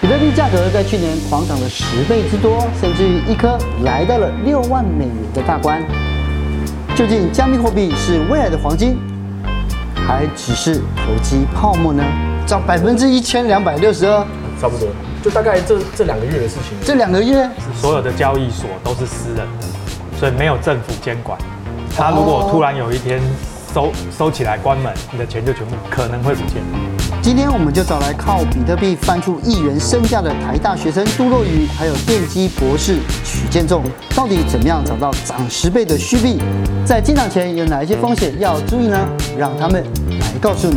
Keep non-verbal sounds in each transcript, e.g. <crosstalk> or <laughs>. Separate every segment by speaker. Speaker 1: 比特币价格在去年狂涨了十倍之多，甚至于一颗来到了六万美元的大关。究竟加密货币是未来的黄金，还只是投机泡沫呢？涨百分之一千两百六十二，
Speaker 2: 差不多，就大概这这两个月的事情。
Speaker 1: 这两个月
Speaker 3: 所有的交易所都是私人的，所以没有政府监管。他如果突然有一天收收起来关门，你的钱就全部可能会不见。
Speaker 1: 今天我们就找来靠比特币翻出亿元身价的台大学生杜若愚，还有电机博士许建仲，到底怎么样找到涨十倍的虚币？在进场前有哪一些风险要注意呢？让他们来告诉你。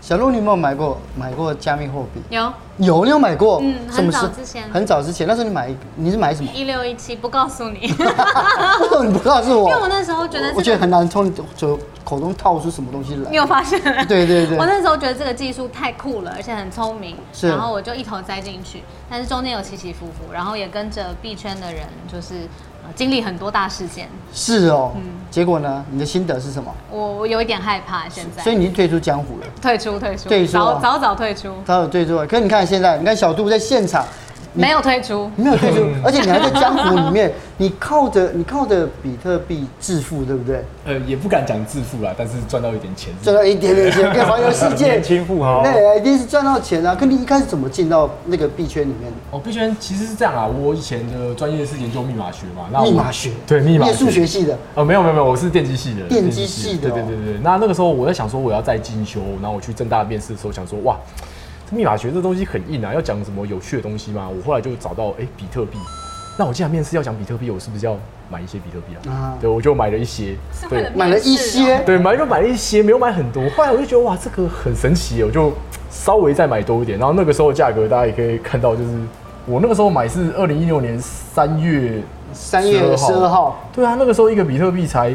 Speaker 1: 小鹿，你有没有买过买过加密货币？
Speaker 4: 有
Speaker 1: 有，你有买过？
Speaker 4: 嗯
Speaker 1: 什么时
Speaker 4: 很早之前
Speaker 1: 很早之前，那时候你买，你是买什么？ <laughs>
Speaker 4: 一六一七不告诉你，因
Speaker 1: 为什么你不告诉我？
Speaker 4: 为我那时候觉得
Speaker 1: 我觉
Speaker 4: 这
Speaker 1: 得
Speaker 4: 个，
Speaker 1: 很难从你口口中套出什么东西来。
Speaker 4: 你有发现？
Speaker 1: <laughs> 对对对
Speaker 4: 我那时候觉得这个技术太酷了，而且很聪明，
Speaker 1: 是
Speaker 4: 然后我就一头栽进去，但是中间有起起伏伏，然后也跟着币圈的人就是呃经历很多大事件，
Speaker 1: 是哦，
Speaker 4: 嗯
Speaker 1: 结果呢？你的心得是什么？
Speaker 4: 我我有一点害怕现在
Speaker 1: 所以，你退出江湖了，
Speaker 4: 退出退出，
Speaker 1: 退出啊
Speaker 4: 早早早退出，
Speaker 1: 他有退出了。可是你看现在，你看小杜在现场，
Speaker 4: 没有退出，
Speaker 1: 你没有退出，
Speaker 4: 嗯
Speaker 1: 而且你还在江湖里
Speaker 4: <laughs>
Speaker 1: 面，你靠着你靠着比特币致富，对不对？
Speaker 2: 呃，也不敢讲致富啦，但是赚到一点钱。
Speaker 1: 赚到一点点
Speaker 4: 嗯
Speaker 1: 钱，可以环游世界，
Speaker 3: 年轻富豪
Speaker 1: 那一定是赚到钱啊！可你一开始怎么进到那个币圈里面的？
Speaker 2: 哦，必轩其实是这样啊，我以前的专业是研究密码学嘛，那我
Speaker 1: 密码学，
Speaker 2: 对密码
Speaker 1: 念数学系的，
Speaker 2: 哦，没有没有没有，我是电机系的，
Speaker 1: 电机系的哦
Speaker 2: 对对对对。那那个时候我在想说我要再进修，然后我去正大面试的时候想说哇，这密码学这东西很硬啊，要讲什么有趣的东西吗？我后来就找到哎、比特币。那我既然面试要讲比特币，我是不是要买一些比特币啊？
Speaker 1: 啊
Speaker 2: 对，我就买了一些，
Speaker 4: 是啊为
Speaker 2: 对
Speaker 4: 了
Speaker 1: 买了一些，
Speaker 2: 对，买就买了一些，没有买很多。后来我就觉得哇，这个很神奇耶，我就稍微再买多一点。然后那个时候的价格大家也可以看到，就是我那个时候买是二零一六年三月
Speaker 1: 三月十二号
Speaker 2: 对啊，那个时候一个比特币才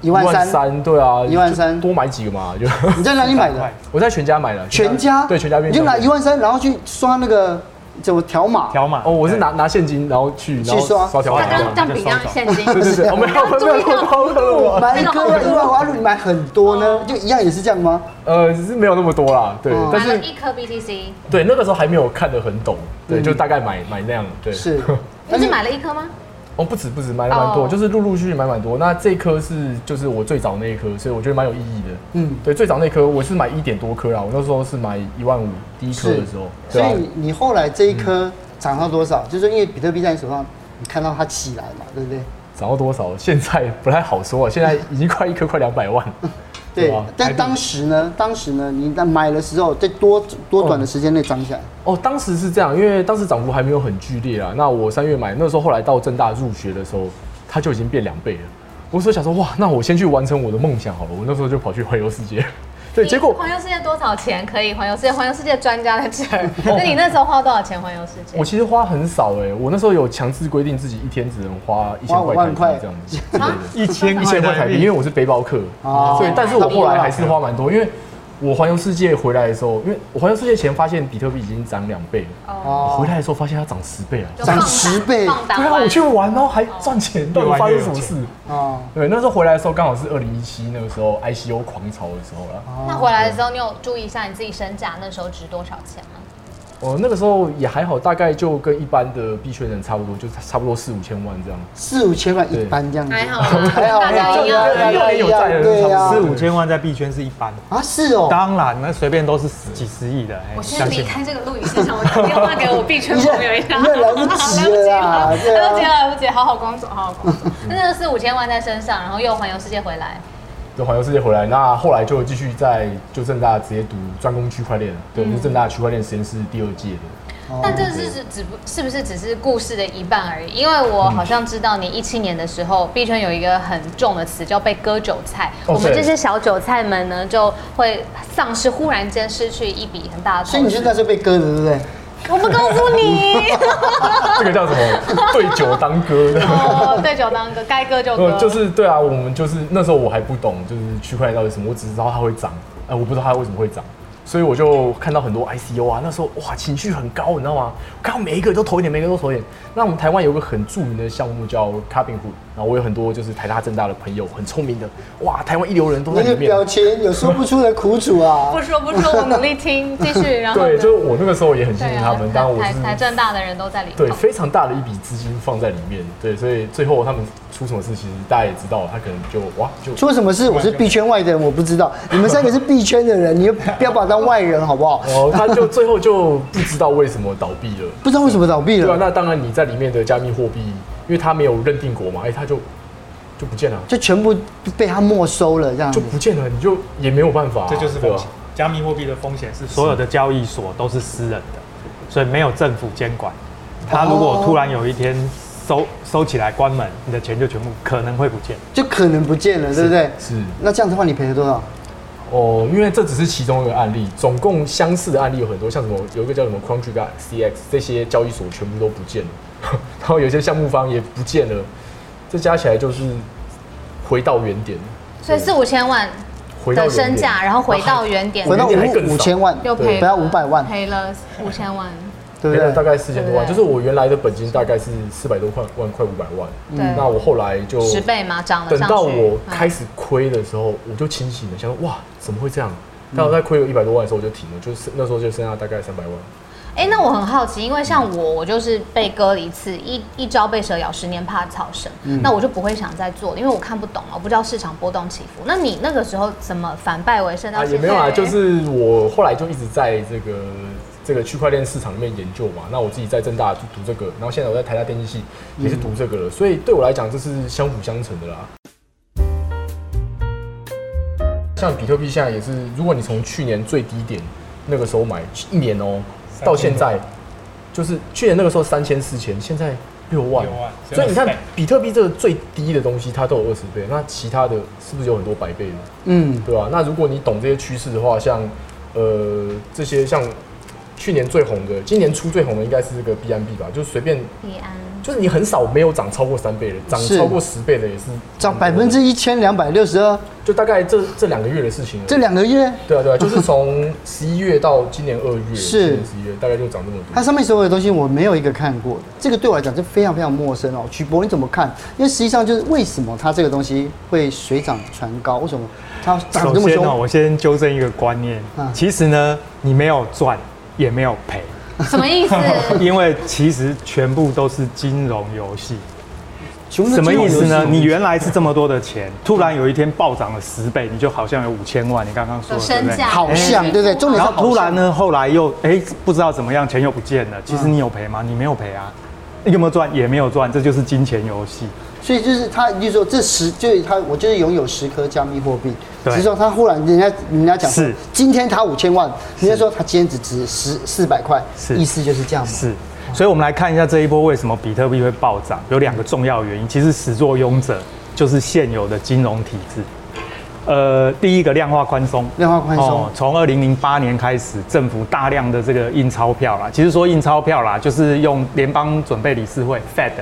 Speaker 1: 一万三，
Speaker 2: 13,000对啊，
Speaker 1: 一万三
Speaker 2: 就多买几个
Speaker 1: <laughs>
Speaker 2: 嘛，就
Speaker 1: 你在哪里买的？
Speaker 2: 我在全家买的，
Speaker 1: 全家
Speaker 2: 对全家便
Speaker 1: 你
Speaker 2: 利
Speaker 1: 就
Speaker 2: 商
Speaker 1: 拿
Speaker 2: 店
Speaker 1: 一万三，然后去刷那个怎么条码？
Speaker 3: 条码
Speaker 2: 哦，我是拿拿现金，然后去然后
Speaker 1: 刷
Speaker 2: 刷条
Speaker 4: 他
Speaker 2: 码，
Speaker 4: 刚刚
Speaker 2: 对
Speaker 4: 这样比样现金，
Speaker 1: <laughs>
Speaker 2: 对对，我没有没有没有高了我，
Speaker 1: 买一颗要一万五，啊如果你买很多呢，就一样也是这样吗？
Speaker 2: 呃是没有那么多啦，对
Speaker 1: 哦，
Speaker 2: 但
Speaker 4: 买了
Speaker 2: 是
Speaker 4: 一颗 BTC，
Speaker 2: 对那个时候还没有看得很懂，对，就大概买买那样，
Speaker 1: 嗯
Speaker 2: 对，
Speaker 1: 是，
Speaker 4: 你只买了一颗吗？
Speaker 2: 哦，不止不止，买了蛮多，
Speaker 4: 哦
Speaker 2: 就是陆陆续续买蛮多。那这颗是就是我最早那一颗，所以我觉得蛮有意义的。
Speaker 1: 嗯
Speaker 2: 嗯，对，最早那颗我是买一点多颗啦，我那时候是买一万五第一颗的时候，
Speaker 1: 所
Speaker 2: 对啊
Speaker 1: 以你你后来这一颗涨到多少？就是因为比特币在你手上，你看到它起来嘛，对不对？
Speaker 2: 涨到多少？现在不太好说啊，现在已经快一颗快两百万。
Speaker 1: 嗯
Speaker 2: 对
Speaker 1: 对
Speaker 2: 啊，
Speaker 1: 但当时呢，当时呢，你在买的时候，在多多短的时间内涨起来，
Speaker 2: 哦，当时是这样，因为当时涨幅还没有很剧烈啊。那我三月买，那时候后来到正大入学的时候，它就已经变两倍了。我那时候想说，哇，那我先去完成我的梦想好了。我那时候就跑去环游世界，对，结果
Speaker 4: 环游世界多少钱可以环游世界？环游世界专家在这
Speaker 1: <laughs>
Speaker 4: 儿。那你那时候花多少钱环游世界
Speaker 2: 我？其实花很少哎、我那时候有强制规定自己一天只能花一千块台币这样子，对对
Speaker 3: 一千
Speaker 2: 对一千块台币，啊因为我是背包客，
Speaker 1: 哦
Speaker 2: 所以但是我后来还是花蛮多，因为我环游世界回来的时候，因为我环游世界前发现比特币已经涨两倍了，
Speaker 4: 哦，
Speaker 2: 回
Speaker 1: 哦，
Speaker 2: 来的时候发现它涨十倍了。
Speaker 4: 就
Speaker 1: 涨
Speaker 4: 放大
Speaker 1: 十倍
Speaker 4: 放大
Speaker 2: 对啊，
Speaker 4: 完
Speaker 2: 我去玩，然后还赚钱，到底发生什么事？
Speaker 1: 哦，
Speaker 2: 对，那时候回来的时候刚好是二零一七那个时候 ICO 狂潮的时候了。
Speaker 1: 哦
Speaker 4: 那回来的时候，你有注意一下你自己身价那时候值多少钱吗？
Speaker 2: 哦，那个时候也还好，大概就跟一般的币圈人差不多，就差不多四五千万这样。
Speaker 1: 四五千块一
Speaker 2: 对
Speaker 1: 般这样子，
Speaker 4: 还好吧
Speaker 1: 还好，
Speaker 4: 大家一样
Speaker 1: 大家一
Speaker 2: 有在
Speaker 1: 样，
Speaker 2: 的
Speaker 1: 对
Speaker 2: 差
Speaker 1: 呀
Speaker 2: 不
Speaker 3: 四
Speaker 2: 多
Speaker 3: 五千万在币圈是一般，
Speaker 1: 啊，是哦，
Speaker 3: 当然那随便都是十几十亿的。哎
Speaker 4: 我
Speaker 3: 相
Speaker 4: 先离
Speaker 3: 信
Speaker 4: 开这个录影现场，我打电话给我币圈
Speaker 1: 你这
Speaker 4: 朋友一下。
Speaker 1: 你这来不及
Speaker 4: <laughs>
Speaker 1: 了啦
Speaker 4: 来不及
Speaker 1: 对
Speaker 4: 了，
Speaker 1: 啊
Speaker 4: 来不及了，来不及了，好好工作，好好工作。那就是四五千万在身上，然后又环游世界回来，
Speaker 2: 对，环游世界回来，那后来就继续在就正大直接读专攻区块链，对，就是正大区块链实验室第二届的。
Speaker 1: 哦
Speaker 4: 但这是只只不是不是只是故事的一半而已？因为我好像知道你一七年的时候，币圈有一个很重的词叫被割韭菜，
Speaker 2: 哦
Speaker 4: 我们
Speaker 2: 对
Speaker 4: 这些小韭菜们呢就会丧失，忽然间失去一笔很大的投资。
Speaker 1: 所以你是那时候被割的，对不对？
Speaker 4: 我不告诉
Speaker 2: <laughs>
Speaker 4: 你，
Speaker 2: 这个叫什么？对酒当歌的。
Speaker 4: 哦，对酒当歌，该割就割
Speaker 2: 呃，，就是 <laughs> 对啊，我呃们就是那时候我还不懂，就是区块链到底是什么，我只知道它会涨，哎、我不知道它为什么会涨。所以我就看到很多 ICO 啊，那时候哇情绪很高，你知道吗？我看到每一个都投一点，每一个都投一点。那我们台湾有一个很著名的项目叫 c a b i n Hood，然后我有很多就是台大政大的朋友，很聪明的，哇，台湾一流人都在
Speaker 1: 那个
Speaker 2: 里面。
Speaker 1: 表情有说不出的苦楚啊
Speaker 4: 不！
Speaker 2: <laughs>
Speaker 4: 说不说，我努力听，继续。然后呢
Speaker 2: 对，就是我那个时候也很
Speaker 4: 对
Speaker 2: 幸运，
Speaker 4: 啊
Speaker 2: 他们，当然我
Speaker 4: 台台
Speaker 2: 是
Speaker 4: 政大的人都在里头。
Speaker 2: 对非常大的一笔资金放在里面，对，所以最后他们出什么事，其实大家也知道，他可能就哇就
Speaker 1: 出什么事？我是币圈外的人，我不知
Speaker 2: <laughs>
Speaker 1: 道。你们三个是币圈的人，你就不要把我当外人好不
Speaker 2: <laughs>
Speaker 1: 好？
Speaker 2: 哦，他就最后就不知道为什么倒闭
Speaker 4: <laughs>
Speaker 2: 了。
Speaker 1: 不知道为什么倒闭
Speaker 2: 对啊，
Speaker 1: 了，
Speaker 2: 那当然你在里面的加密货币，因为它没有认定国嘛，哎、它就就不见了，
Speaker 1: 就全部被他没收了这样
Speaker 2: 就
Speaker 1: 子。
Speaker 2: 不见了，你就也没有办法啊、
Speaker 5: 这就是
Speaker 2: 对
Speaker 5: 风
Speaker 2: 吧
Speaker 5: 险？。加密货币的风险是
Speaker 3: 所有的交易所都是私人的，所以没有政府监管。他如果突然有一天收收起来关门，你的钱就全部可能会不见。
Speaker 1: 就可能不见了，对不对？
Speaker 2: 是
Speaker 1: 那这样子的话，你赔了多少？
Speaker 2: 哦，因为这只是其中一个案例，总共相似的案例有很多，像什么有一个叫什么 Country CX 这些交易所全部都不见了， <laughs> 然后有些项目方也不见了，这加起来就是回到原点，
Speaker 4: 所以四五千万
Speaker 2: 回到
Speaker 4: 的
Speaker 2: 原点
Speaker 4: 身价，然后回到原点，
Speaker 1: 回到
Speaker 2: 原点还更
Speaker 1: 五
Speaker 2: 少
Speaker 1: 五千万，
Speaker 4: 又
Speaker 2: 对
Speaker 4: 赔
Speaker 1: 不要五百万，
Speaker 4: 赔了五千万。
Speaker 1: 对
Speaker 2: 赔了
Speaker 1: 不
Speaker 2: 大
Speaker 1: 对？
Speaker 2: 概四千多万，
Speaker 4: 对
Speaker 2: 就是我原来的本金大概是四百多块万，快五百万。
Speaker 4: 对
Speaker 2: 嗯那我后来就
Speaker 4: 嗯十倍嘛，涨了
Speaker 2: 等
Speaker 4: 上去。
Speaker 2: 到我
Speaker 4: 嗯
Speaker 2: 开始亏的时候，我就清醒了，想说哇，怎么会这样？
Speaker 4: 嗯
Speaker 2: 但我在亏了一百多万的时候，我就停了，就是那时候就剩下大概三百万。
Speaker 4: 哎、那我很好奇，因为像我，我就是被割了一次，一一朝被蛇咬，十年怕草绳，
Speaker 1: 嗯
Speaker 4: 那我就不会想再做，因为我看不懂嘛，我不知道市场波动起伏。那你那个时候怎么反败为胜？到
Speaker 2: 啊，
Speaker 4: 现在、
Speaker 2: 也没有啦，就是我后来就一直在这个这个区块链市场里面研究嘛。那我自己在正大就读这个，然后现在我在台大电机系也是读这个了，所以对我来讲这是相辅相成的啦。像比特币现在也是，如果你从去年最低点那个时候买一年哦、到现在就是去年那个时候三千四千，现在六万，
Speaker 5: 六万
Speaker 2: 所以你看
Speaker 5: 只有10倍
Speaker 2: 比特币这个最低的东西它都有二十倍，那其他的是不是有很多百倍呢？
Speaker 1: 嗯，
Speaker 2: 对吧、啊那如果你懂这些趋势的话，像呃这些像去年最红的，今年初最红的应该是这个 B N B 吧，就是随便，
Speaker 4: 币安，
Speaker 2: 就是你很少没有涨超过三倍的，涨
Speaker 1: 是
Speaker 2: 超过十倍的也是
Speaker 1: 涨百分之一千两百六十二，
Speaker 2: 就大概这这两个月的事情而已。
Speaker 1: 这两个月 <laughs>
Speaker 2: 对啊对啊，就是从十一月到今年二月，
Speaker 1: 是
Speaker 2: 十一月大概就涨这么多。
Speaker 1: 它上面所有的东西我没有一个看过的，这个对我来讲是非常非常陌生哦。曲博你怎么看？因为实际上就是为什么它这个东西会水涨船高？为什么它涨得
Speaker 3: 首
Speaker 1: 啊这么
Speaker 3: 先呢，
Speaker 1: 凶？
Speaker 3: 我先纠正一个观念
Speaker 1: 嗯，
Speaker 3: 其实呢，你没有赚，也没有
Speaker 1: <laughs>
Speaker 3: 赔，
Speaker 4: 什么意思？
Speaker 3: 因为其实全部都是金融游戏。
Speaker 1: 熊的
Speaker 3: 什么
Speaker 1: 金融
Speaker 3: 意思
Speaker 1: 游戏
Speaker 3: 呢？你原来是这么多的钱，突然有一天暴涨了十倍，你就好像有五千万，你刚刚说
Speaker 4: 有
Speaker 3: 的对不
Speaker 4: 身
Speaker 3: 对？
Speaker 4: 价，
Speaker 1: 好像对不对重点
Speaker 3: 哎然
Speaker 1: 是
Speaker 3: 后突然呢，后来又哎、不知道怎么样，钱又不见了。其实你有赔吗？你没有赔啊。你有没有赚？也没有赚，这就是金钱游戏。
Speaker 1: 所以就是他，就是说这十，就是他，我就是拥有十颗加密货币。
Speaker 3: 对
Speaker 1: 只是说他忽然人家人家讲说
Speaker 3: 是
Speaker 1: 今天他五千万，人家说他今天只值十四百块，
Speaker 3: 是
Speaker 1: 意思就是这样嘛。
Speaker 3: 是，所以我们来看一下这一波为什么比特币会暴涨，有两个重要原因。其实始作俑者就是现有的金融体制。呃，第一个量化宽松，哦
Speaker 1: 量化宽松
Speaker 3: 从二零零八年开始，政府大量的这个印钞票啦，其实说印钞票啦，就是用联邦准备理事会 Fed，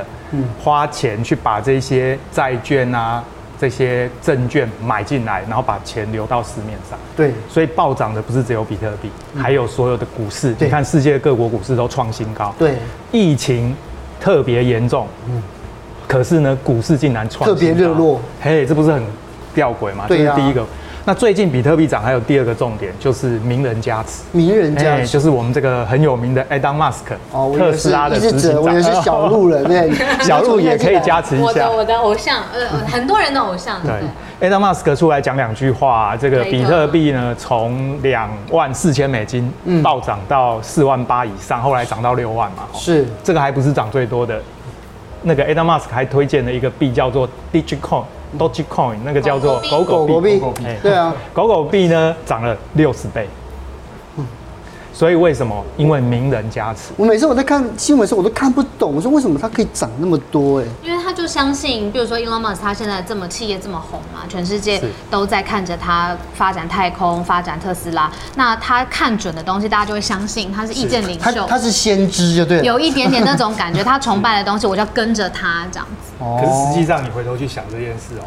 Speaker 3: 花
Speaker 1: 嗯
Speaker 3: 钱去把这些债券啊、这些证券买进来，然后把钱流到市面上。
Speaker 1: 对，
Speaker 3: 所以暴涨的不是只有比特币，还有所有的股市。
Speaker 1: 嗯对
Speaker 3: 你看世界各国股市都创新高，
Speaker 1: 对，嗯
Speaker 3: 疫情特别严重，可是呢，股市竟然创新高
Speaker 1: 特别热络，
Speaker 3: 嘿，这不是很吊诡吗？
Speaker 1: 对啊
Speaker 3: 这是第一个。那最近比特币涨还有第二个重点就是名人加持。
Speaker 1: 名人家、
Speaker 3: 哎就是我们这个很有名的 Elon Musk，
Speaker 1: 哦，我以
Speaker 3: 特
Speaker 1: 为
Speaker 3: 斯
Speaker 1: 是
Speaker 3: 拉的
Speaker 1: 一直
Speaker 3: 执行
Speaker 1: 指，
Speaker 3: 长，
Speaker 1: 我以为是小路人，对，
Speaker 3: <laughs> 小路也可以加持一
Speaker 4: 我
Speaker 3: 下
Speaker 4: 的。我的偶像，
Speaker 1: <laughs>
Speaker 4: 呃，很多人的偶像，对。
Speaker 1: 嗯
Speaker 3: 对，Elon Musk 出来讲两句话，这个
Speaker 4: 对
Speaker 3: 比特币呢，从两万四千美金
Speaker 1: 嗯
Speaker 3: 暴涨到四万八以上，后来涨到六万嘛。哦
Speaker 1: 是
Speaker 3: 这个还不是涨最多的。那个 Elon Musk 还推荐了一个币叫做 Digicoin、Dogecoin，那个叫做
Speaker 4: 狗
Speaker 1: 狗
Speaker 3: 狗狗
Speaker 1: 狗币
Speaker 3: 币。
Speaker 2: 狗狗币
Speaker 3: 哎
Speaker 1: 对啊，
Speaker 3: 狗狗币呢涨了六十倍。
Speaker 1: 嗯
Speaker 3: 所以为什么？因为名人加持。
Speaker 1: 我每次我在看新闻的时候，我都看不懂，我说为什么它可以涨那么多？哎，
Speaker 4: 因为他就相信，比如说 Elon Musk 他现在这么企业这么红嘛，全世界
Speaker 3: 是
Speaker 4: 都在看着他发展太空、发展特斯拉，那他看准的东西，大家就会相信他是意见领
Speaker 1: 他
Speaker 4: 袖，
Speaker 1: 他是先知就对了。
Speaker 4: 有一点点那种感觉，他崇拜的东西，我就要跟着他这样子。
Speaker 1: 哦
Speaker 3: 可是实际上，你回头去想这件事哦，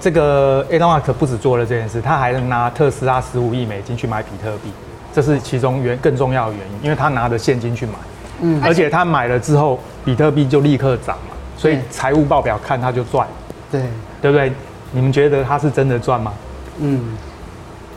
Speaker 3: 这个 Elon Musk 不止做了这件事，他还能拿特斯拉十五亿美金去买比特币。这是其中原更重要的原因，因为他拿着现金去买，
Speaker 1: 嗯
Speaker 3: 嗯，而且他买了之后，比特币就立刻涨嘛，所以
Speaker 1: 对
Speaker 3: 财务报表看他就赚，
Speaker 1: 对，
Speaker 3: 对不对？你们觉得他是真的赚吗？
Speaker 1: 嗯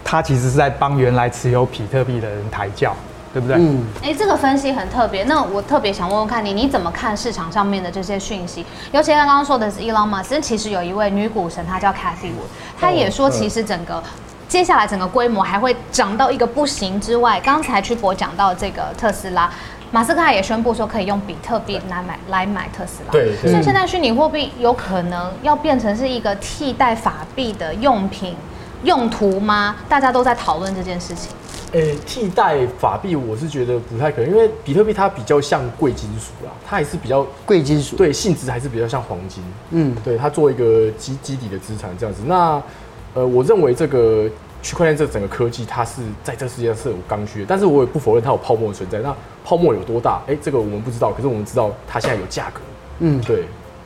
Speaker 3: 他其实是在帮原来持有比特币的人抬轿，对不对？
Speaker 1: 嗯，
Speaker 4: 哎，这个分析很特别。那我特别想问问看你，你怎么看市场上面的这些讯息？尤其刚刚说的是 Elon Musk，但其实有一位女股神，她叫 Cathy Wood，她
Speaker 2: 哦
Speaker 4: 也说
Speaker 2: 嗯
Speaker 4: 其实整个。接下来整个规模还会涨到一个不行之外，刚才曲博讲到这个特斯拉，马斯克也宣布说可以用比特币来买来买特斯拉。
Speaker 2: 对对
Speaker 4: 所以现在虚拟货币有可能要变成是一个替代法币的用品用途吗？大家都在讨论这件事情。
Speaker 2: 诶、替代法币我是觉得不太可能，因为比特币它比较像贵金属啦，它还是比较
Speaker 1: 贵金属，，
Speaker 2: 对性质还是比较像黄金，
Speaker 1: 嗯
Speaker 2: 对它做一个基基底的资产这样子。那呃，我认为这个区块链这整个科技，它是在这世界上是有刚需的，但是我也不否认它有泡沫的存在。那泡沫有多大？诶，这个我们不知道，可是我们知道它现在有价格。
Speaker 1: 嗯，
Speaker 2: 对，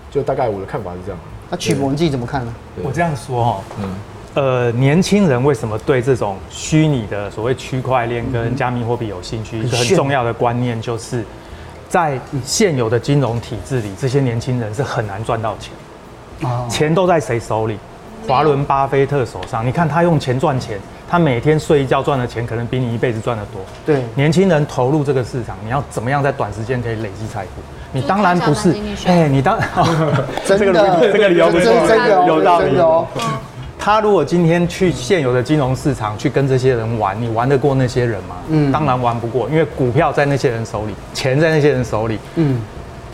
Speaker 2: 就大概我的看法是这样。
Speaker 1: 那曲博你自己怎么看呢？
Speaker 2: 对
Speaker 5: 我这样说哦，
Speaker 2: 嗯，
Speaker 3: 呃，年轻人为什么对这种虚拟的所谓区块链跟加密货币有兴趣？一个很
Speaker 1: 炫
Speaker 3: 重要的观念就是，在现有的金融体制里，这些年轻人是很难赚到钱，
Speaker 1: 哦，
Speaker 3: 钱都在谁手里？华伦巴菲特手上。你看他用钱赚钱，他每天睡一觉赚的钱，可能比你一辈子赚的多。
Speaker 1: 对，
Speaker 3: 年轻人投入这个市场，你要怎么样在短时间可以累积财富？你当然不是
Speaker 4: 就看一下，
Speaker 3: 哎、你当、
Speaker 1: <laughs> 真的
Speaker 3: 这个这个理由不
Speaker 1: 真真
Speaker 3: 错，
Speaker 1: 真的哦
Speaker 3: 有道理
Speaker 1: 真的哦，
Speaker 3: 他如果今天去现有的金融市场去跟这些人玩，你玩得过那些人吗？
Speaker 1: 嗯
Speaker 3: 嗯，当然玩不过，因为股票在那些人手里，钱在那些人手里，
Speaker 1: 嗯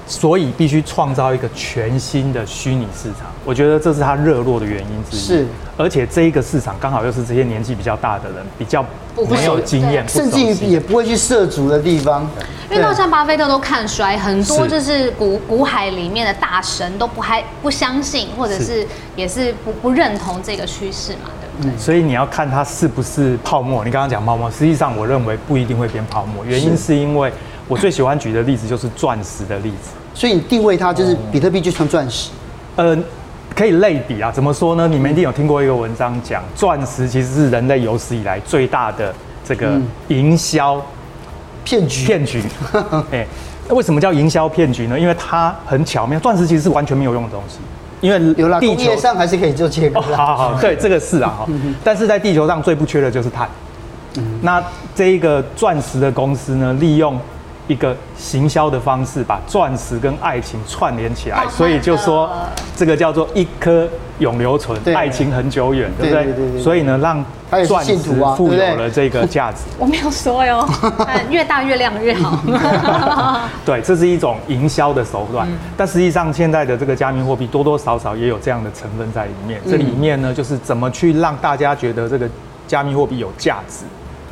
Speaker 3: 所以必须创造一个全新的虚拟市场。我觉得这是他热络的原因之一。
Speaker 1: 是，
Speaker 3: 而且这一个市场刚好又是这些年纪比较大的人比较
Speaker 4: 不
Speaker 3: 没有经验，
Speaker 1: 甚至
Speaker 3: 不熟
Speaker 1: 于
Speaker 3: 悉
Speaker 1: 也不会去涉足的地方，
Speaker 4: 因为到像巴菲特都看衰，很多
Speaker 3: 是
Speaker 4: 就是股股海里面的大神都不还不相信，或者是也是不不认同这个趋势嘛，对不对？
Speaker 3: 所以你要看它是不是泡沫。你刚刚讲泡沫，实际上我认为不一定会变泡沫，原因是因为我最喜欢举的例子就是钻石的例子。
Speaker 1: 所以你定位它
Speaker 3: 哦
Speaker 1: 就是比特币就像钻石，
Speaker 3: 呃，可以类比啊，怎么说呢？你们一定有听过一个文章讲，钻石其实是人类有史以来最大的这个
Speaker 1: 嗯
Speaker 3: 营销
Speaker 1: 骗局，<laughs>
Speaker 3: 骗局。哎，那为什么叫营销骗局呢？因为它很巧妙，钻石其实是完全没有用的东西，因为
Speaker 1: 有啦，
Speaker 3: 地
Speaker 1: 工业
Speaker 3: 球
Speaker 1: 上还是可以做切 <laughs> 割
Speaker 3: 哦，
Speaker 1: 啦，
Speaker 3: 好好好，对，这个是啊哈。
Speaker 1: 嗯
Speaker 3: 但是在地球上最不缺的就是碳。那这一个钻石的公司呢，利用一个行销的方式，把钻石跟爱情串联起
Speaker 4: 慢
Speaker 3: 来，
Speaker 4: 慢地
Speaker 3: 所以就说这个叫做一颗永留存
Speaker 1: 对，
Speaker 3: 爱情很久远，对不
Speaker 1: 对对对对
Speaker 3: 对？
Speaker 1: 对
Speaker 3: 所以呢，让
Speaker 1: 它也是
Speaker 3: 钻石
Speaker 1: 信徒啊
Speaker 3: 富
Speaker 1: 对
Speaker 3: 有
Speaker 1: 不对
Speaker 3: 了这个价值。
Speaker 4: 我没有说 <laughs> 哟，但呃越大越亮越好。
Speaker 3: 对，这是一种营销的手段，但实际上现在的这个加密货币多多少少也有这样的成分在里面。这里面呢，就是怎么去让大家觉得这个加密货币有价值。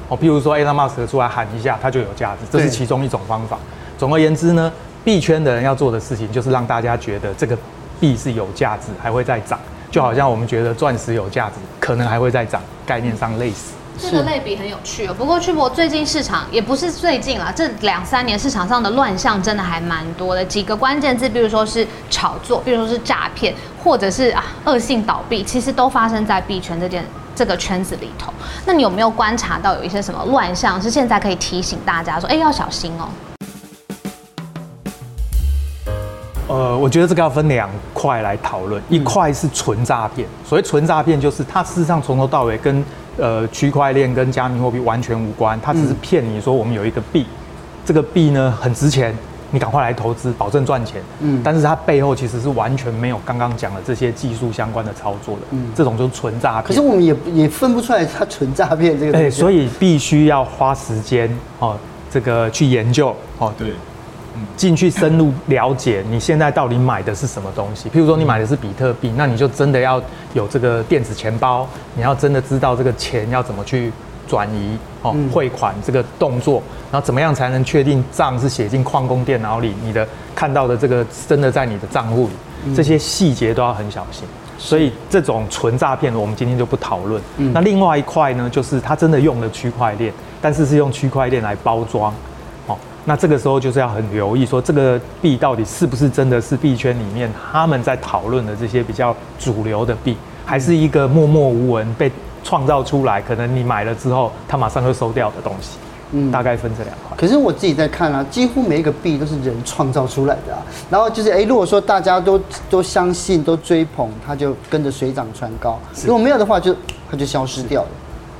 Speaker 3: 哦，譬如说 Elon Musk 出来喊一下，它就有价值，这
Speaker 1: 对
Speaker 3: 是其中一种方法。总而言之呢，币圈的人要做的事情就是让大家觉得这个币是有价值，还会再涨。就好像我们觉得钻石有价值，可能还会再涨，概念上类似。
Speaker 4: 这个类比很有趣哦。不过，去博最近市场也不是最近啦，这两三年市场上的乱象真的还蛮多的。几个关键字，比如说是炒作，比如说是诈骗，或者是啊恶性倒闭，其实都发生在币圈这件这个圈子里头。那你有没有观察到有一些什么乱象是现在可以提醒大家说，哎，要小心哦？
Speaker 3: 呃，我觉得这个要分两块来讨论，
Speaker 1: 嗯
Speaker 3: 一块是纯诈骗，所谓纯诈骗就是它事实上从头到尾跟呃区块链跟加密货币完全无关，它只是骗你说我们有一个币，这个币呢很值钱，你赶快来投资，保证赚钱。
Speaker 1: 嗯
Speaker 3: 嗯，但是它背后其实是完全没有刚刚讲的这些技术相关的操作的，
Speaker 1: 嗯
Speaker 3: 这种就是纯诈骗。
Speaker 1: 可是我们也也分不出来它纯诈骗这个东
Speaker 3: 哎、
Speaker 1: 西，
Speaker 3: 所以必须要花时间哦，这个去研究哦，
Speaker 2: 对，
Speaker 3: 进去深入了解你现在到底买的是什么东西。譬如说你买的是比特币，那你就真的要有这个电子钱包，你要真的知道这个钱要怎么去转移哦
Speaker 1: 嗯，
Speaker 3: 汇款这个动作，然后怎么样才能确定账是写进矿工电脑里，你的看到的这个真的在你的账户里，这些细节都要很小心。所以这种纯诈骗的，我们今天就不讨论。那另外一块呢，就是他真的用了区块链，但是是用区块链来包装。哦，那这个时候就是要很留意，说这个币到底是不是真的是币圈里面他们在讨论的这些比较主流的币，还是一个默默无闻被创造出来，可能你买了之后，它马上就收掉的东西。
Speaker 1: 嗯
Speaker 3: 大概分这两块。
Speaker 1: 可是我自己在看啊，几乎每一个币都是人创造出来的啊。然后就是，哎、如果说大家都都相信、都追捧，它就跟着水涨船高；如果没有的话就，它就消失掉了。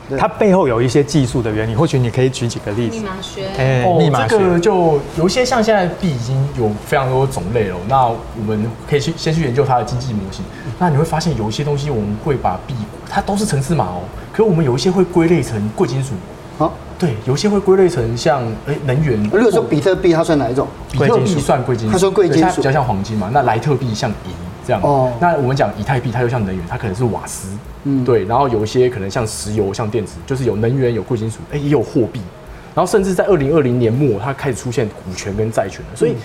Speaker 1: 对
Speaker 3: 它背后有一些技术的原理，或许你可以举几个例
Speaker 4: 密
Speaker 3: 子。
Speaker 4: 码学。
Speaker 3: 哎
Speaker 2: 哦
Speaker 3: 密，码
Speaker 2: 这
Speaker 3: 学。
Speaker 2: 个就有一些像现在币已经有非常多种类了，那我们可以去先去研究它的经济模型。那你会发现有一些东西我们会把币，它都是层次码哦，可我们有一些会归类成贵金属，
Speaker 1: 好、
Speaker 2: 对，有一些会归类成像诶能源。
Speaker 1: 如果说比特币，它算哪一种？
Speaker 2: 比特币算贵金属，
Speaker 1: 他说贵金属
Speaker 2: 对它比较像黄金嘛。那莱特币像银这样。
Speaker 1: 哦
Speaker 2: 哦。那我们讲以太币，它又像能源，它可能是瓦斯。
Speaker 1: 嗯
Speaker 2: 嗯。对，然后有一些可能像石油、像电子，就是有能源、有贵金属，哎、也有货币。然后甚至在二零二零年末，它开始出现股权跟债权了。
Speaker 1: 嗯
Speaker 2: 所以，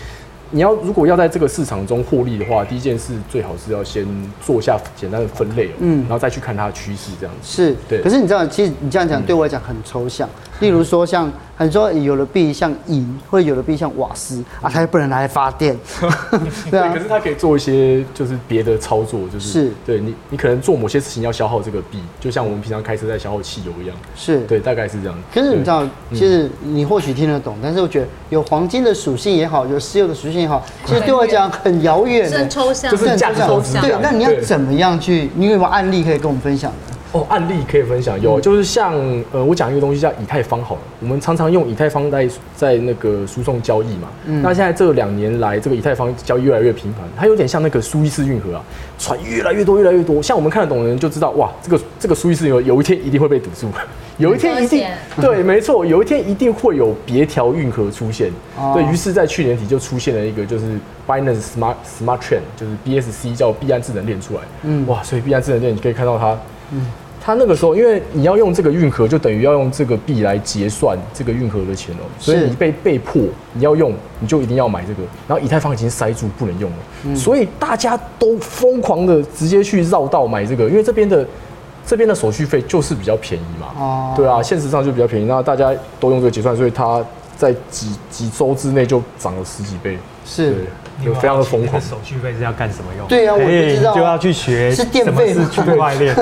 Speaker 2: 你要如果要在这个市场中获利的话，第一件事最好是要先做下简单的分类、哦，
Speaker 1: 嗯
Speaker 2: 嗯，然后再去看它的趋势这样子。
Speaker 1: 是，
Speaker 2: 对嗯
Speaker 1: 可是你知道，其实你这样讲对我来讲很抽象。例如说像，很多有的币像银，或者有的币像瓦斯啊，它又不能拿来发电。
Speaker 2: <laughs>
Speaker 1: <laughs> 对啊
Speaker 2: 可，是它可以做一些就是别的操作，就是对你，你可能做某些事情要消耗这个币，就像我们平常开车在消耗汽油一样。
Speaker 1: 是。
Speaker 2: 对，大概是这样。
Speaker 1: 可是你知道，
Speaker 2: 嗯
Speaker 1: 其实你或许听得懂，但是我觉得有黄金的属性也好，有石油的属性也好，其实对我来讲很遥远
Speaker 4: 是
Speaker 1: 的
Speaker 4: 很。抽象，
Speaker 2: 就是
Speaker 4: 很
Speaker 2: 价值投资
Speaker 1: 对
Speaker 2: 这，样
Speaker 1: 那你要
Speaker 2: 对
Speaker 1: 怎么样去？你有没有案例可以跟我们分享的？
Speaker 2: 哦，案例可以分享有，就是像呃，我讲一个东西叫以太坊好了，我们常常用以太坊在在那个输送交易嘛。那现在这两年来，这个以太坊交易越来越频繁，它有点像那个苏伊士运河啊，船越来越多，越来越多。像我们看得懂的人就知道，哇，这个这个苏伊士运河有一天一定会被堵住，有一天一定
Speaker 4: 嗯
Speaker 2: <laughs> 对，没错，有一天一定会有别条运河出现。
Speaker 1: 哦
Speaker 2: 对于是在去年底就出现了一个就是 Binance Smart Smart Chain，就是 BSC 叫币安智能链出来。
Speaker 1: 嗯
Speaker 2: 嗯，哇，所以币安智能链你可以看到它，它那个时候因为你要用这个运河，就等于要用这个币来结算这个运河的钱哦、所以
Speaker 1: 是
Speaker 2: 你被被迫你要用，你就一定要买这个。然后以太坊已经塞住不能用了，
Speaker 1: 嗯
Speaker 2: 所以大家都疯狂的直接去绕道买这个，因为这边的。这边的手续费就是比较便宜嘛，
Speaker 1: 哦
Speaker 2: 对啊，现实上就比较便宜，那大家都用这个结算，所以它在几几周之内就涨了十几倍，
Speaker 1: 是
Speaker 2: 对，就非常的疯
Speaker 5: 你们要
Speaker 2: 狂
Speaker 5: 记那。个手续
Speaker 3: 费是要干什么用？
Speaker 1: 对啊我不知道啊
Speaker 3: 哎你就要去学
Speaker 1: 是电费
Speaker 3: 什
Speaker 1: 吗
Speaker 3: 么是区块链，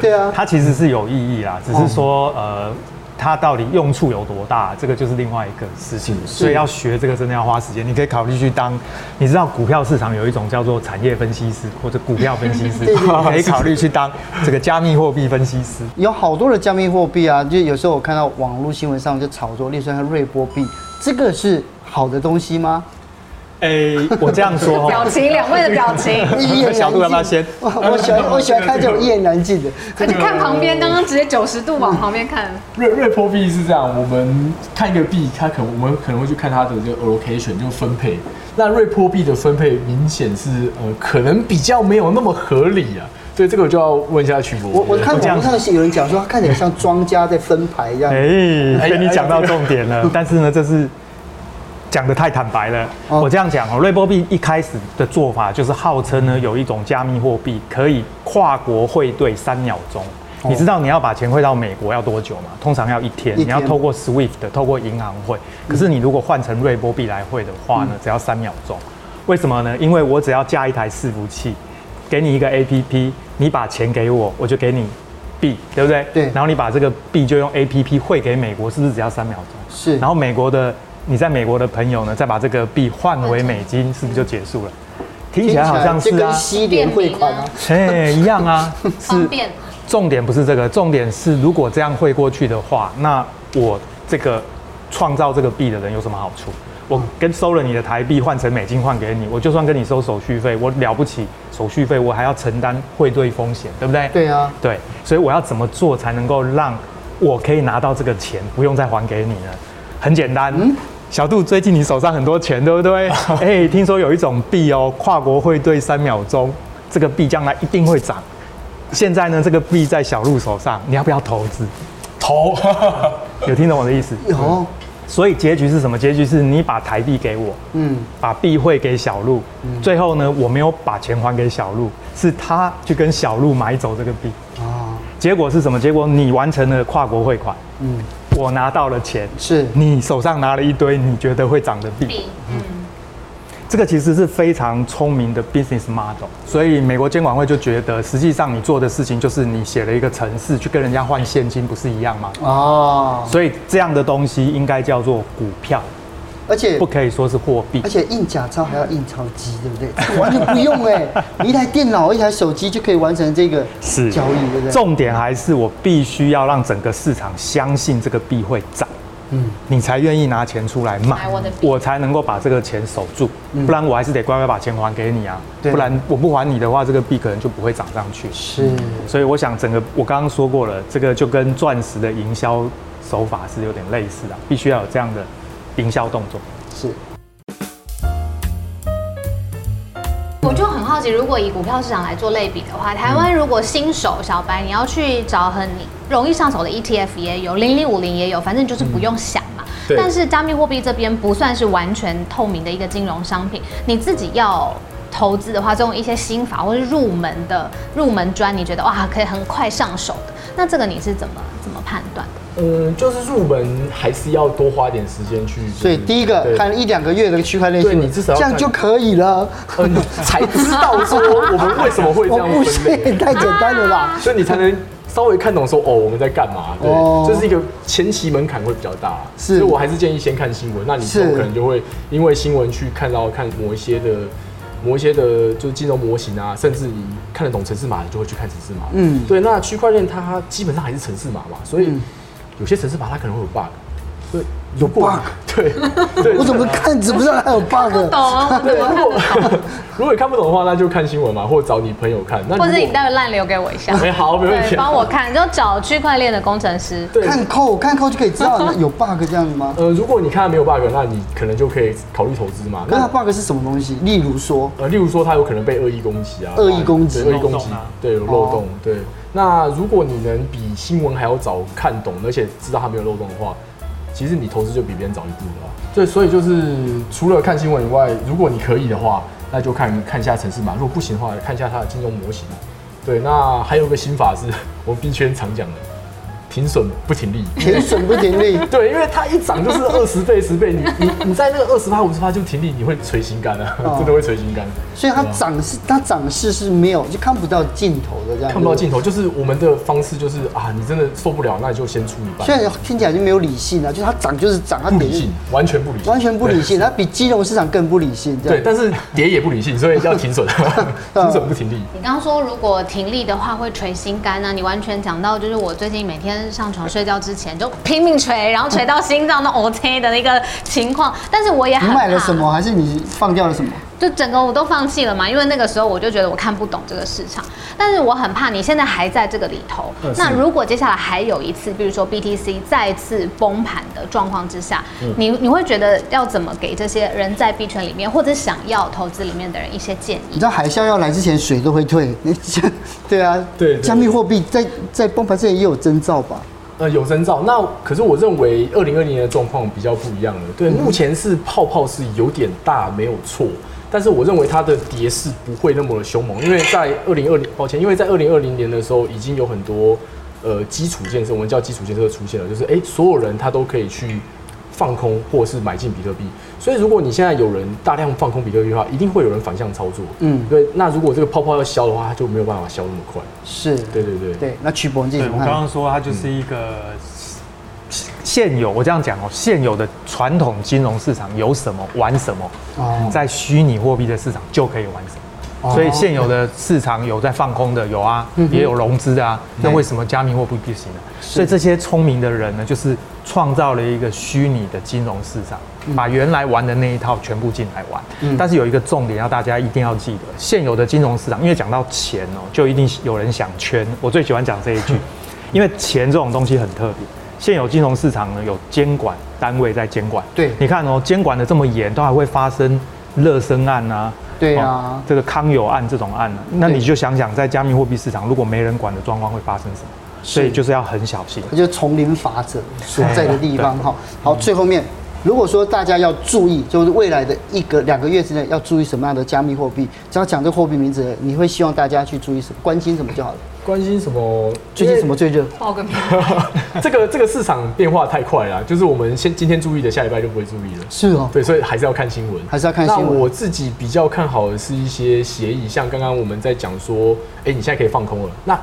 Speaker 1: 对啊，
Speaker 3: 它其实是有意义啦，只是说呃，它到底用处有多大，这个就是另外一个事情。所以要学这个真的要花时间，你可以考虑去当，你知道股票市场有一种叫做产业分析师或者股票分析 <laughs> 师，你可以考虑去当这个加密货币分析师。
Speaker 1: 有好多的加密货币啊，就有时候我看到网络新闻上就炒作，例如说像瑞波币，这个是好的东西吗？
Speaker 3: 哎、我这样 <laughs> 说哦
Speaker 4: 表
Speaker 3: 哈，
Speaker 4: 情，两位的表情，
Speaker 1: 一言难尽
Speaker 3: <laughs> 小杜要不要先
Speaker 1: 我我喜
Speaker 3: <laughs>
Speaker 1: 欢我喜欢看这种一言难尽的。
Speaker 4: <laughs> 而且看旁边，刚刚直接九十度往旁边看，
Speaker 2: 瑞瑞波币是这样，我们看一个币，它可我们可能会去看它的这个 allocation，就分配。那瑞波币的分配明显是呃，可能比较没有那么合理啊。对，这个我就要问一下曲博。
Speaker 1: 我我看
Speaker 3: 我这
Speaker 1: 网
Speaker 3: 样
Speaker 1: 络上是有人讲说，它看起来像庄家在分牌一样
Speaker 3: 哎、。跟你讲到重
Speaker 1: <laughs>
Speaker 3: 点了，但是呢，这是讲的太坦白了。
Speaker 1: 哦
Speaker 3: 我这样讲哦，瑞波币一开始的做法就是号称呢有一种加密货币可以跨国汇兑三秒钟。你知道你要把钱汇到美国要多久吗？通常要一天，
Speaker 1: 哦一天嗯
Speaker 3: 你要透过 SWIFT，透过银行汇。可是你如果换成瑞波币来汇的话呢，只要三秒钟。为什么呢？因为我只要架一台伺服器，给你一个 APP，你把钱给我，我就给你币，对不对？
Speaker 1: 对
Speaker 3: 然后你把这个币就用 APP 汇给美国，是不是只要三秒钟？
Speaker 1: 是
Speaker 3: 然后美国的你在美国的朋友呢，再把这个币换回美金，是不是就结束了？听起来好像
Speaker 1: 这
Speaker 3: 是
Speaker 1: 跟
Speaker 3: 啊，
Speaker 1: 西联汇款啊，
Speaker 3: 哎，一样
Speaker 1: <laughs>
Speaker 3: 啊，
Speaker 4: 方便。
Speaker 3: 重点不是这个，重点是如果这样汇过去的话，那我这个创造这个币的人有什么好处？我跟收了你的台币换成美金换给你，我就算跟你收手续费，我了不起手续费，我还要承担汇兑风险，对不对？
Speaker 1: 对啊，
Speaker 3: 对，所以我要怎么做才能够让我可以拿到这个钱，不用再还给你呢？很简单。
Speaker 1: 嗯
Speaker 3: 小杜，最近你手上很多钱，对
Speaker 1: <laughs>
Speaker 3: 不对？哎、听说有一种币哦，跨国汇兑三秒钟，这个币将来一定会涨。现在呢，这个币在小鹿手上，你要不要投资？
Speaker 2: 投，
Speaker 3: <laughs> 有听懂我的意思？
Speaker 1: 有，
Speaker 3: 所以结局是什么？结局是你把台币给我，
Speaker 1: 嗯，
Speaker 3: 把币汇给小鹿，最后呢，我没有把钱还给小鹿，是他去跟小鹿买走这个币。
Speaker 1: 啊，
Speaker 3: 结果是什么？结果你完成了跨国汇款，
Speaker 1: 嗯，
Speaker 3: 我拿到了钱，
Speaker 1: 是
Speaker 3: 你手上拿了一堆你觉得会涨的币，
Speaker 4: 嗯，
Speaker 3: 这个其实是非常聪明的 business model，所以美国监管会就觉得，实际上你做的事情就是你写了一个程式去跟人家换现金，不是一样吗？
Speaker 1: 哦，
Speaker 3: 所以这样的东西应该叫做股票，
Speaker 1: 而且
Speaker 3: 不可以说是货币
Speaker 1: 而。且印假钞还要印钞机，对不对？这个完全不用
Speaker 2: <laughs>
Speaker 1: 哎、你一台电脑、一台手机就可以完成这个
Speaker 3: 是
Speaker 1: 交易，对不对？
Speaker 3: 重点还是我必须要让整个市场相信这个币会涨，
Speaker 1: 嗯，
Speaker 3: 你才愿意拿钱出来买
Speaker 4: 买我的，币
Speaker 3: 我才能够把这个钱守住，
Speaker 1: 嗯
Speaker 3: 不然我还是得乖乖把钱还给你啊，
Speaker 1: 对
Speaker 3: 不然我不还你的话，这个币可能就不会涨上去。
Speaker 1: 是，
Speaker 3: 所以我想，整个我刚刚说过了，这个就跟钻石的营销手法是有点类似的，必须要有这样的营销动作。
Speaker 1: 是，
Speaker 4: 我就很好奇，如果以股票市场来做类比的话，台湾如果新手小白你要去找很容易上手的 ETF 也有，零零五零也有，反正就是不用想嘛。
Speaker 2: 对
Speaker 4: 但是加密货币这边不算是完全透明的一个金融商品，你自己要投资的话，这种一些心法或是入门的入门专，你觉得哇可以很快上手的，那这个你是怎么怎么判断的？
Speaker 2: 嗯，就是入门还是要多花点时间去。
Speaker 1: 所以第一个
Speaker 2: 对
Speaker 1: 看一两个月的区块链新闻，
Speaker 2: 对你至少要
Speaker 1: 这样
Speaker 2: 看
Speaker 1: 就可以了。
Speaker 2: 呃，你才知道说我们为什么会
Speaker 1: <laughs>
Speaker 2: 这
Speaker 1: 我
Speaker 2: 样
Speaker 1: 不是
Speaker 2: 分类，啊
Speaker 1: 太简单了啦。
Speaker 2: 所以你才能稍微看懂说哦我们在干嘛。对
Speaker 1: 哦，
Speaker 2: 这是一个前期门槛会比较大，
Speaker 1: 是
Speaker 2: 所以我还是建议先看新闻。那你之后
Speaker 1: 是
Speaker 2: 可能就会因为新闻去看到看某一些的。某一些的，就是金融模型啊，甚至你看得懂城市码，你就会去看城市码。
Speaker 1: 嗯
Speaker 2: 嗯，对。那区块链它基本上还是城市码嘛，所以
Speaker 1: 嗯
Speaker 2: 有些城市码它可能会有 bug，所以有 bug，对 <laughs> 对。
Speaker 1: 我怎么看怎么知道还有 bug？
Speaker 4: 懂，怎么
Speaker 1: <laughs>
Speaker 4: 看得懂？
Speaker 2: 如果你看不懂的话，那就看新闻嘛，或者找你朋友看。那如
Speaker 4: 或
Speaker 2: 果
Speaker 4: 者你待会烂留给我一下，
Speaker 2: 哎好没问题
Speaker 4: <laughs> 对帮我看，就找区块链的工程师。
Speaker 2: 对
Speaker 1: 看扣看扣就可以知道有 bug 这样子
Speaker 2: <laughs>
Speaker 1: 吗？
Speaker 2: 呃，如果你看它没有 bug，那你可能就可以考虑投资嘛。
Speaker 1: 可是它
Speaker 2: 那
Speaker 1: bug 是什么东西？例如说，
Speaker 2: 呃，例如说它有可能被恶意攻击啊，
Speaker 1: 恶意攻击
Speaker 2: 对恶意攻
Speaker 5: 漏
Speaker 2: 击哦
Speaker 5: 洞啊，
Speaker 2: 对，有漏洞，对。那如果你能比新闻还要早看懂，而且知道它没有漏洞的话，其实你投资就比别人早一步了。啊对，所以就是除了看新闻以外，如果你可以的话，那就 <laughs> 看看一下城市码；如果不行的话，看一下它的金融模型。对，那还有个心法是 <laughs> 我们币圈常讲的，停损不停利。
Speaker 1: 停损不停利，
Speaker 2: 对，因为它一涨就是二十倍、十倍，你你你在那个二十趴、五十趴就停利，你会捶心肝啊，
Speaker 1: 哦
Speaker 2: 真的会捶心肝，
Speaker 1: 所以它涨势它涨势是没有就看不到尽头的这样。
Speaker 2: 看不到尽头。就是我们的方式就是啊，你真的受不了，那你就先出一
Speaker 1: 虽
Speaker 2: 半，
Speaker 1: 然听起来就没有理性啊，就是它涨就是涨，它
Speaker 2: 不
Speaker 1: 跌
Speaker 2: 理性，完全不理性，
Speaker 1: 完全不理性，它比金融市场更不理性。这
Speaker 2: 对。
Speaker 1: 样
Speaker 2: 对，但是跌也不理性，所以要
Speaker 1: <laughs>
Speaker 2: 停损，停损不停利。
Speaker 4: 你刚刚说如果停利的话会捶心肝呢、你完全讲到就是我最近每天上床睡觉之前就拼命捶，然后捶到心脏都 OK 的一个情况。但是我也
Speaker 1: 你
Speaker 4: 很
Speaker 1: 买了
Speaker 4: 怕
Speaker 1: 什么，还是你放掉了什么？
Speaker 4: 就整个我都放弃了嘛，因为那个时候我就觉得我看不懂这个市场，但是我很怕你现在还在这个里头。那如果接下来还有一次，比如说 BTC 再次崩盘的状况之下，你
Speaker 1: 嗯
Speaker 4: 你会觉得要怎么给这些人在币圈里面或者想要投资里面的人一些建
Speaker 1: 你
Speaker 4: 议？
Speaker 1: 知道海啸要来之前水都会退， <laughs> 你这对啊，
Speaker 2: 对对
Speaker 1: 加密货币在在崩盘之前也有征兆吧？
Speaker 2: 呃，有征兆。那可是我认为二零二零年的状况比较不一样了。对，
Speaker 1: 嗯
Speaker 2: 目前是泡泡是有点大，没有错。但是我认为它的跌势不会那么的凶猛，因为在二零二零，抱歉，因为在二零二零年的时候已经有很多呃基础建设，我们叫基础建设出现了，就是哎、诶所有人他都可以去放空或者是买进比特币。所以如果你现在有人大量放空比特币的话，一定会有人反向操作。
Speaker 1: 嗯
Speaker 2: 嗯，对。那如果这个泡泡要消的话，它就没有办法消那么快。
Speaker 1: 是，
Speaker 2: 对对对
Speaker 1: 对。那曲博你自己
Speaker 3: 对
Speaker 1: 怎
Speaker 3: 我
Speaker 1: 么
Speaker 3: 刚嗯
Speaker 1: 看？
Speaker 3: 刚说，它就是一个现有，我这样讲哦，现有的传统金融市场有什么玩什么，
Speaker 1: 哦
Speaker 3: 在虚拟货币的市场就可以玩什么。
Speaker 1: 哦嗯
Speaker 3: 所以现有的市场有在放空的，有啊，也有融资的啊。那为什么加密货币不行呢？所以这些聪明的人呢，就是创造了一个虚拟的金融市场，
Speaker 1: 嗯
Speaker 3: 把原来玩的那一套全部进来玩。但是有一个重点要大家一定要记得，现有的金融市场，因为讲到钱哦、就一定有人想圈。我最喜欢讲这一句，
Speaker 1: 嗯
Speaker 3: 因为钱这种东西很特别。现有金融市场呢，有监管单位在监管。
Speaker 1: 对
Speaker 3: 你看哦，监管的这么严，都还会发生热身案啊，
Speaker 1: 对
Speaker 3: 哦
Speaker 1: 啊，
Speaker 3: 这个康友案这种案呢、那
Speaker 1: 对
Speaker 3: 你就想想，在加密货币市场，如果没人管的状况会发生什么？所以就是要很小心。
Speaker 1: 它就是丛林法则所在的地方哈。好，最后面，如果说大家要注意，就是未来的一个两个月之内要注意什么样的加密货币，只要讲这个货币名字，你会希望大家去注意什么，关心什么就好了。
Speaker 2: 关心什么？
Speaker 1: 最近什么最热？
Speaker 4: 报个名，
Speaker 1: <laughs>
Speaker 2: 这个这个市场变化太快了啊，就是我们先今天注意的，下礼拜就不会注意了。
Speaker 1: 是哦，
Speaker 2: 对，所以还是要看新闻，
Speaker 1: 还是要看新闻
Speaker 2: 那我自己比较看好的是一些协议，像刚刚我们在讲说，哎、你现在可以放空了，那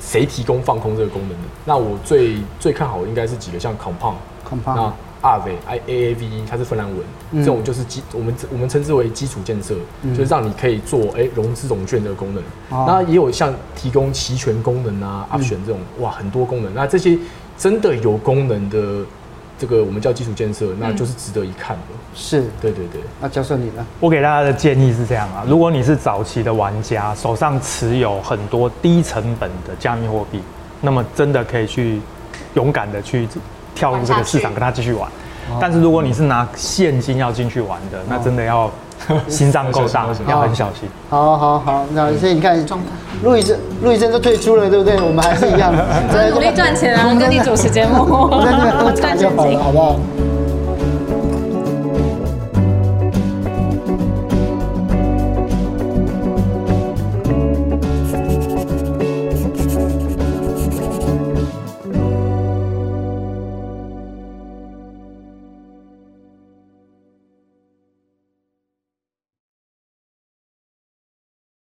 Speaker 2: 谁提供放空这个功能呢？那我最最看好的应该是几个，像 Compound。
Speaker 1: ，Compound
Speaker 2: 那 RV I A A V E 它是芬兰文，
Speaker 1: 啊嗯
Speaker 2: 这种就是基我们我们称之为基础建设，就是让你可以做哎、融资融券这个功能。
Speaker 1: 哦
Speaker 2: 那也有像提供期权功能啊、option 这种哇很多功能。那这些真的有功能的这个我们叫基础建设，那就是值得一看的。
Speaker 1: 是。
Speaker 2: 对对对，
Speaker 1: 那教授你呢？
Speaker 3: 我给大家的建议是这样啊，如果你是早期的玩家，手上持有很多低成本的加密货币，那么真的可以去勇敢的去跳入这个市场，
Speaker 4: 玩下
Speaker 3: 跟
Speaker 4: 去
Speaker 3: 他继续玩。但是如果你是拿现金要进去玩的，那真的要心脏够大
Speaker 2: 要小心，
Speaker 3: 要很小心。
Speaker 1: 好好好，那所以你看，陆以真，陆以真都退出了，对不对？我 <laughs> 们还是一样， <laughs>
Speaker 6: 努力赚钱啊，跟你主持节目
Speaker 1: 我在这边喝，茶
Speaker 6: 赚
Speaker 1: 就
Speaker 6: 钱
Speaker 1: 好了，好不好？